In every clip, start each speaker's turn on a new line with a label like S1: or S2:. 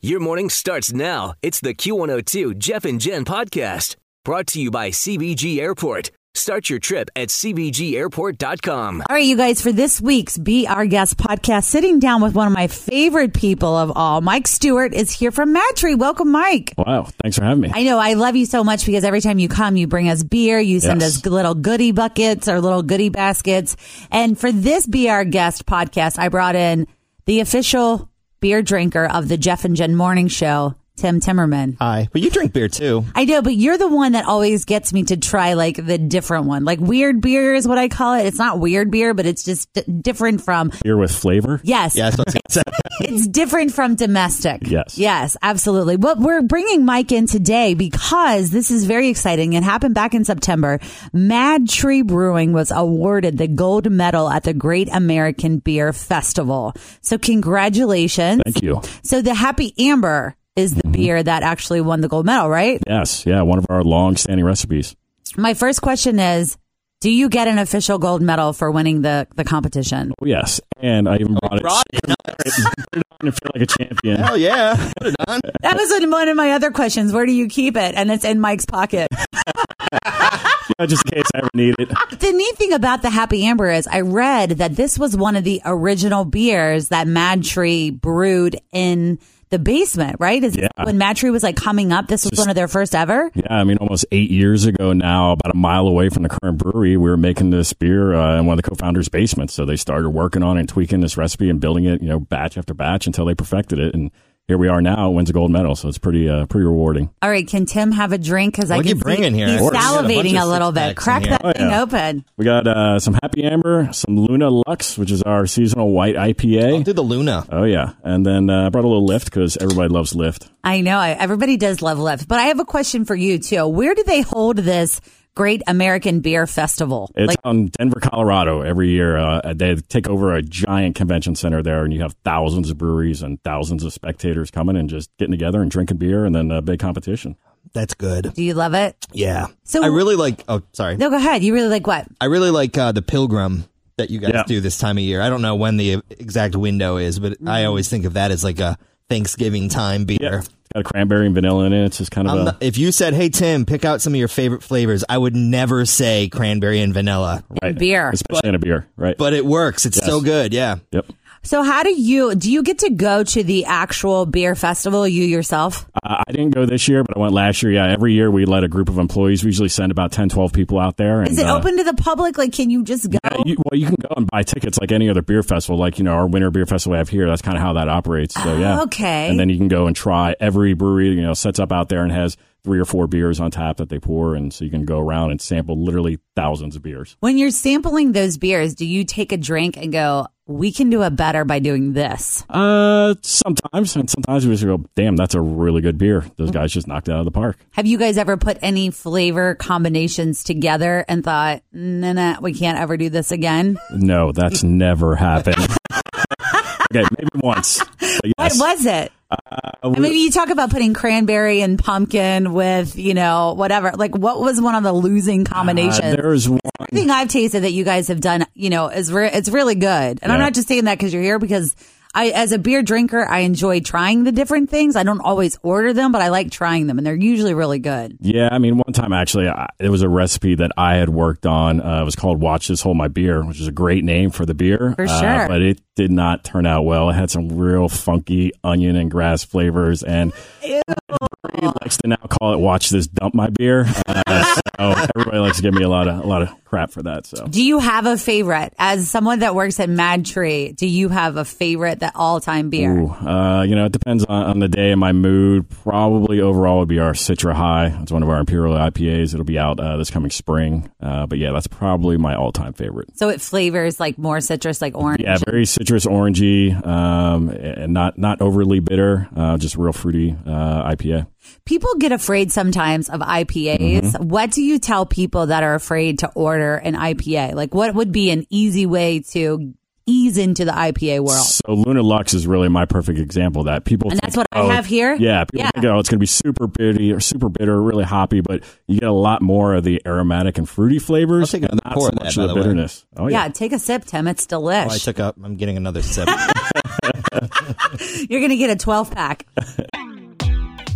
S1: Your morning starts now. It's the Q102 Jeff and Jen podcast brought to you by CBG Airport. Start your trip at CBGAirport.com.
S2: All right, you guys, for this week's Be Our Guest podcast, sitting down with one of my favorite people of all, Mike Stewart is here from Matry. Welcome, Mike.
S3: Wow, thanks for having me.
S2: I know I love you so much because every time you come, you bring us beer, you send
S3: Yes.
S2: us little goodie buckets or little goodie baskets. And for this Be Our Guest podcast, I brought in the official beer drinker of the Jeff and Jen Morning Show, Tim Timmerman.
S4: Hi. But you drink beer too.
S2: I know, but you're the one that always gets me to try like the different one. Like weird beer is what I call it. It's not weird beer, but it's just d- different from
S3: Beer with flavor.
S2: yes,
S4: Yeah, that's what I was gonna say.
S2: it's different from domestic.
S3: Yes.
S2: Yes, absolutely. But we're bringing Mike in today because this is very exciting. It happened back in September. Mad Tree Brewing was awarded the gold medal at the Great American Beer Festival. So congratulations.
S3: Thank Mm-hmm. you.
S2: So the Happy Amber is the beer that actually won the gold medal, right?
S3: Yes, yeah, one of our long-standing recipes.
S2: My first question is Do you get an official gold medal for winning the, the competition?
S3: Oh, yes, and I even brought,
S4: Brought
S3: it. Put it on and feel like a champion.
S4: Hell yeah. Put it on.
S2: That was one of my other questions. Where do you keep it? And it's in Mike's pocket.
S3: Yeah, just in case I ever need it.
S2: the neat thing about the Happy Amber is I read that this was one of the original beers that Mad Tree brewed in the basement, right? Is
S3: Yeah.
S2: When Mad Tree was like coming up, this was one of their first ever.
S3: Yeah, I mean, almost eight years ago now, about a mile away from the current brewery, we were making this beer uh, in one of the co-founders' basements. So they started working on and tweaking this recipe and building it, you know, batch after batch until they perfected it. And here we are now. It wins a gold medal, so it's pretty, uh, pretty rewarding.
S2: All right, can Tim have a drink? Because I
S4: What
S2: can
S4: you bringing
S2: see
S4: here?
S2: he's
S4: Of course.
S2: salivating
S4: We got
S2: a,
S4: a bunch of
S2: little bit.
S4: six-packs in
S2: Crack
S4: here.
S2: that
S3: Oh,
S2: thing
S3: yeah.
S2: open.
S3: We got uh, some Happy Amber, some Luna Lux, which is our seasonal white
S4: I'll
S3: IPA.
S4: do the Luna.
S3: Oh yeah, and then uh, I brought a little lift because everybody loves lift.
S2: I know. I, everybody does love lift, but I have a question for you too. Where do they hold this Great American Beer Festival?
S3: It's out in Denver, Colorado. Every year, uh, they take over a giant convention center there, and you have thousands of breweries and thousands of spectators coming and just getting together and drinking beer, and then a big competition.
S4: That's good.
S2: do you love it?
S4: Yeah.
S2: So-
S4: I really like oh sorry.
S2: No, go ahead. You really like what?
S4: I really like uh, the pilgrim that you guys
S3: Yeah.
S4: do this time of year. I don't know when the exact window is, but I
S2: Mm.
S4: always think of that as like a Thanksgiving time beer.
S3: It's got a cranberry and vanilla in it. It's just kind of
S4: I'm
S3: a
S4: not- if you said, "Hey Tim, pick out some of your favorite flavors," I would never say cranberry and vanilla,
S2: Beer.
S3: especially in a beer, right?
S4: but it works. It's so good. Yeah,
S3: yep.
S2: So how do you do you get to go to the actual beer festival you yourself?
S3: Uh, I I didn't go this year, but I went last year. Yeah, every year we let a group of employees. We usually send about 10, 12 people out there. And,
S2: Is it
S3: uh,
S2: open to the public? Like can you just go?
S3: Uh, you, well, you can go and buy tickets like any other beer festival, like you know our winter beer festival we have here. That's kind of how that operates. So yeah,
S2: Oh, okay.
S3: And then you can go and try every brewery you know sets up out there and has three or four beers on tap that they pour, and so you can go around and sample literally thousands of beers.
S2: When you're sampling those beers, do you take a drink and go, "We can do it better by doing this"?
S3: Uh, sometimes and sometimes we just go, damn, that's a really good beer. Those guys just knocked it out of the park.
S2: Have you guys ever put any flavor combinations together and thought, "No, no, we can't ever do this again"?
S3: No, that's never happened. okay, maybe once. But
S2: What
S3: yes.
S2: was it?
S3: Uh,
S2: I mean, you talk about putting cranberry and pumpkin with, you know, whatever. Like, what was one of the losing
S3: uh,
S2: combinations?
S3: there's one.
S2: Everything I've tasted that you guys have done, you know, is re- it's really good. And I'm
S3: Yeah.
S2: not just saying that because you're here, because I, as a beer drinker, I enjoy trying the different things. I don't always order them, but I like trying them, and they're usually really good.
S3: Yeah, I mean, one time actually, I, it was a recipe that I had worked on. Uh, it was called "Watch This Hold My Beer," which is a great name for the beer.
S2: For
S3: Uh,
S2: sure.
S3: but it did not turn out well. It had some real funky onion and grass flavors, and everybody likes to now call it "Watch This Dump My Beer." Uh, so everybody likes to give me a lot of a lot of crap for that. So
S2: Do you have a favorite? As someone that works at Mad Tree, do you have a favorite that all time beer?
S3: Ooh, uh, you know, it depends on, on the day and my mood. Probably overall would be our Citra High. It's one of our Imperial IPAs. It'll be out uh, this coming spring. Uh, but yeah, that's probably my all time favorite.
S2: So it flavors like more citrus, like orange.
S3: Yeah, very citrus orangey, um, and not not overly bitter. Uh, just real fruity uh, IPA.
S2: People get afraid sometimes of IPAs.
S3: Mm-hmm.
S2: What do you tell people that are afraid to order an IPA? Like, what would be an easy way to ease into the IPA world?
S3: So Luna Lux is really my perfect example of that people.
S2: And
S3: think,
S2: that's what I
S3: oh,
S2: have here?
S3: Yeah, people
S2: Yeah.
S3: think oh it's going to be super bitty or super bitter, really hoppy, but you get a lot more of the aromatic and fruity flavors.
S4: I'll take
S3: and
S4: another
S3: not
S4: pour
S3: so
S4: of that,
S3: much
S4: by
S3: of
S4: the
S3: the
S4: way.
S3: bitterness. Oh
S2: yeah. take a sip, Tim. It's delish.
S4: Oh, I took up. I'm getting another sip.
S2: You're going to get a 12 pack.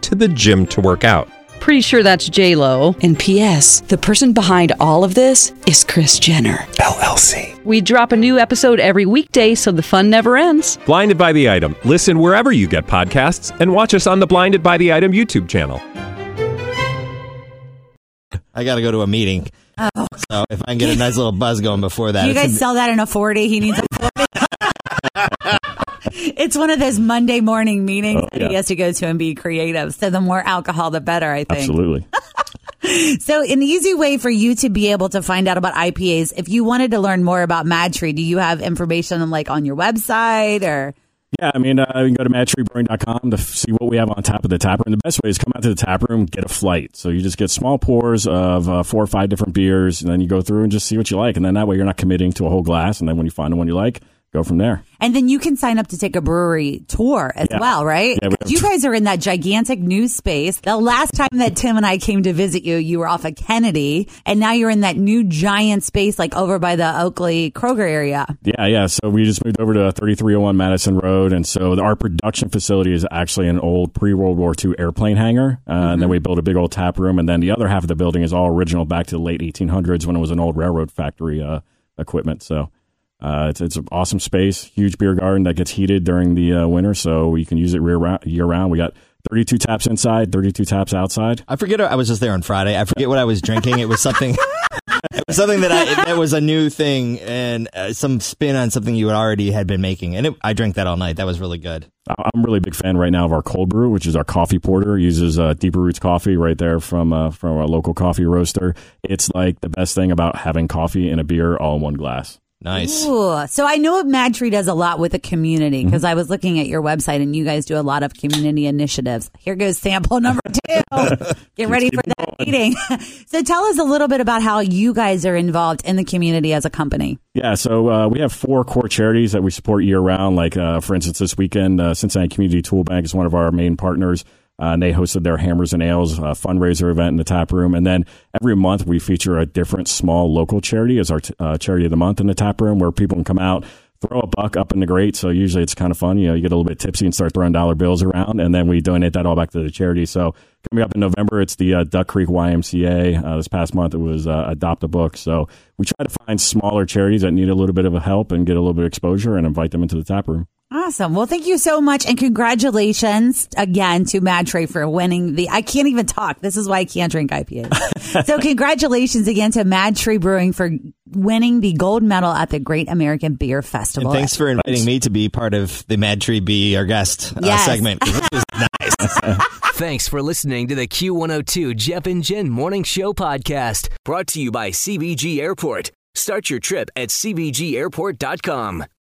S5: to the gym to work out.
S6: Pretty sure that's J Lo.
S7: And P.S. The person behind all of this is Chris Jenner.
S5: LLC.
S6: We drop a new episode every weekday, so the fun never ends.
S5: Blinded by the item. Listen wherever you get podcasts, and watch us on the Blinded by the Item YouTube channel.
S4: I got to go to a meeting. So if I can get a nice little buzz going before that,
S2: Oh. Do you
S4: it's-
S2: guys sell that in a 40? He needs a 40. it's one of those Monday morning meetings
S3: Oh,
S2: that
S3: yeah.
S2: he has to go to and be creative. So the more alcohol, the better, I think.
S3: absolutely.
S2: So an easy way for you to be able to find out about IPAs, if you wanted to learn more about Mad Tree, do you have information like on your website or?
S3: Yeah, I mean, uh, you can go to madtreebrewing.com to f- see what we have on top of the tap room. The best way is come out to the tap room, get a flight. So you just get small pours of uh, four or five different beers, and then you go through and just see what you like. And then that way you're not committing to a whole glass. And then when you find the one you like, go from there.
S2: And then you can sign up to take a brewery tour as
S3: Yeah.
S2: well, right?
S3: Yeah, we have-
S2: you guys are in that gigantic new space. The last time that Tim and I came to visit you, you were off of Kennedy, and now you're in that new giant space, like over by the Oakley Kroger area.
S3: Yeah, yeah. So we just moved over to 3301 Madison Road. And so the, our production facility is actually an old pre World War II airplane hangar. Uh, And then we built a big old tap room. And then the other half of the building is all original back to the late 1800s when it was an old railroad factory uh, equipment. So uh, it's, it's an awesome space, huge beer garden that gets heated during the uh, winter. So you can use it year round. Year round. We got 32 taps inside, 32 taps outside.
S4: I forget. I was just there on Friday. I forget what I was drinking. It was something. It was something that I that was a new thing and uh, some spin on something you had already had been making. And it, I drank that all night. That was really good.
S3: I- I'm a really big fan right now of our cold brew, which is our coffee porter. It uses uh, deeper roots coffee right there from uh, from our local coffee roaster. It's like the best thing about having coffee and a beer all in one glass.
S4: Nice.
S2: Ooh. So I know Mad Tree does a lot with the community
S3: Mm-hmm.
S2: because I was looking at your website and you guys do a lot of community initiatives. Here goes sample number two. Get ready for that meeting. so tell us a little bit about how you guys are involved in the community as a company.
S3: Yeah, so uh, we have four core charities that we support year round. Like, uh, for instance, this weekend, uh, Cincinnati Community Tool Bank is one of our main partners. Uh, and they hosted their Hammers and Ales uh, fundraiser event in the tap room. And then every month we feature a different small local charity as our t- uh, charity of the month in the tap room where people can come out, throw a buck up in the grate. So usually it's kind of fun. You know, you get a little bit tipsy and start throwing dollar bills around, and then we donate that all back to the charity. So coming up in November, it's the uh, Duck Creek YMCA. Uh, this past month, it was uh, Adopt a Book. So we try to find smaller charities that need a little bit of help and get a little bit of exposure and invite them into the tap room.
S2: Awesome. Well, thank you so much. And congratulations again to Mad Trey for winning the. I can't even talk. This is why I can't drink IPAs. so, congratulations again to Mad Tree Brewing for winning the gold medal at the Great American Beer Festival.
S4: And thanks for inviting me to be part of the Mad Tree Be Our Guest uh,
S2: Yes.
S4: segment. This was nice.
S1: Thanks for listening to the Q102 Jeff and Jen Morning Show podcast, brought to you by CBG Airport. Start your trip at CBGAirport.com.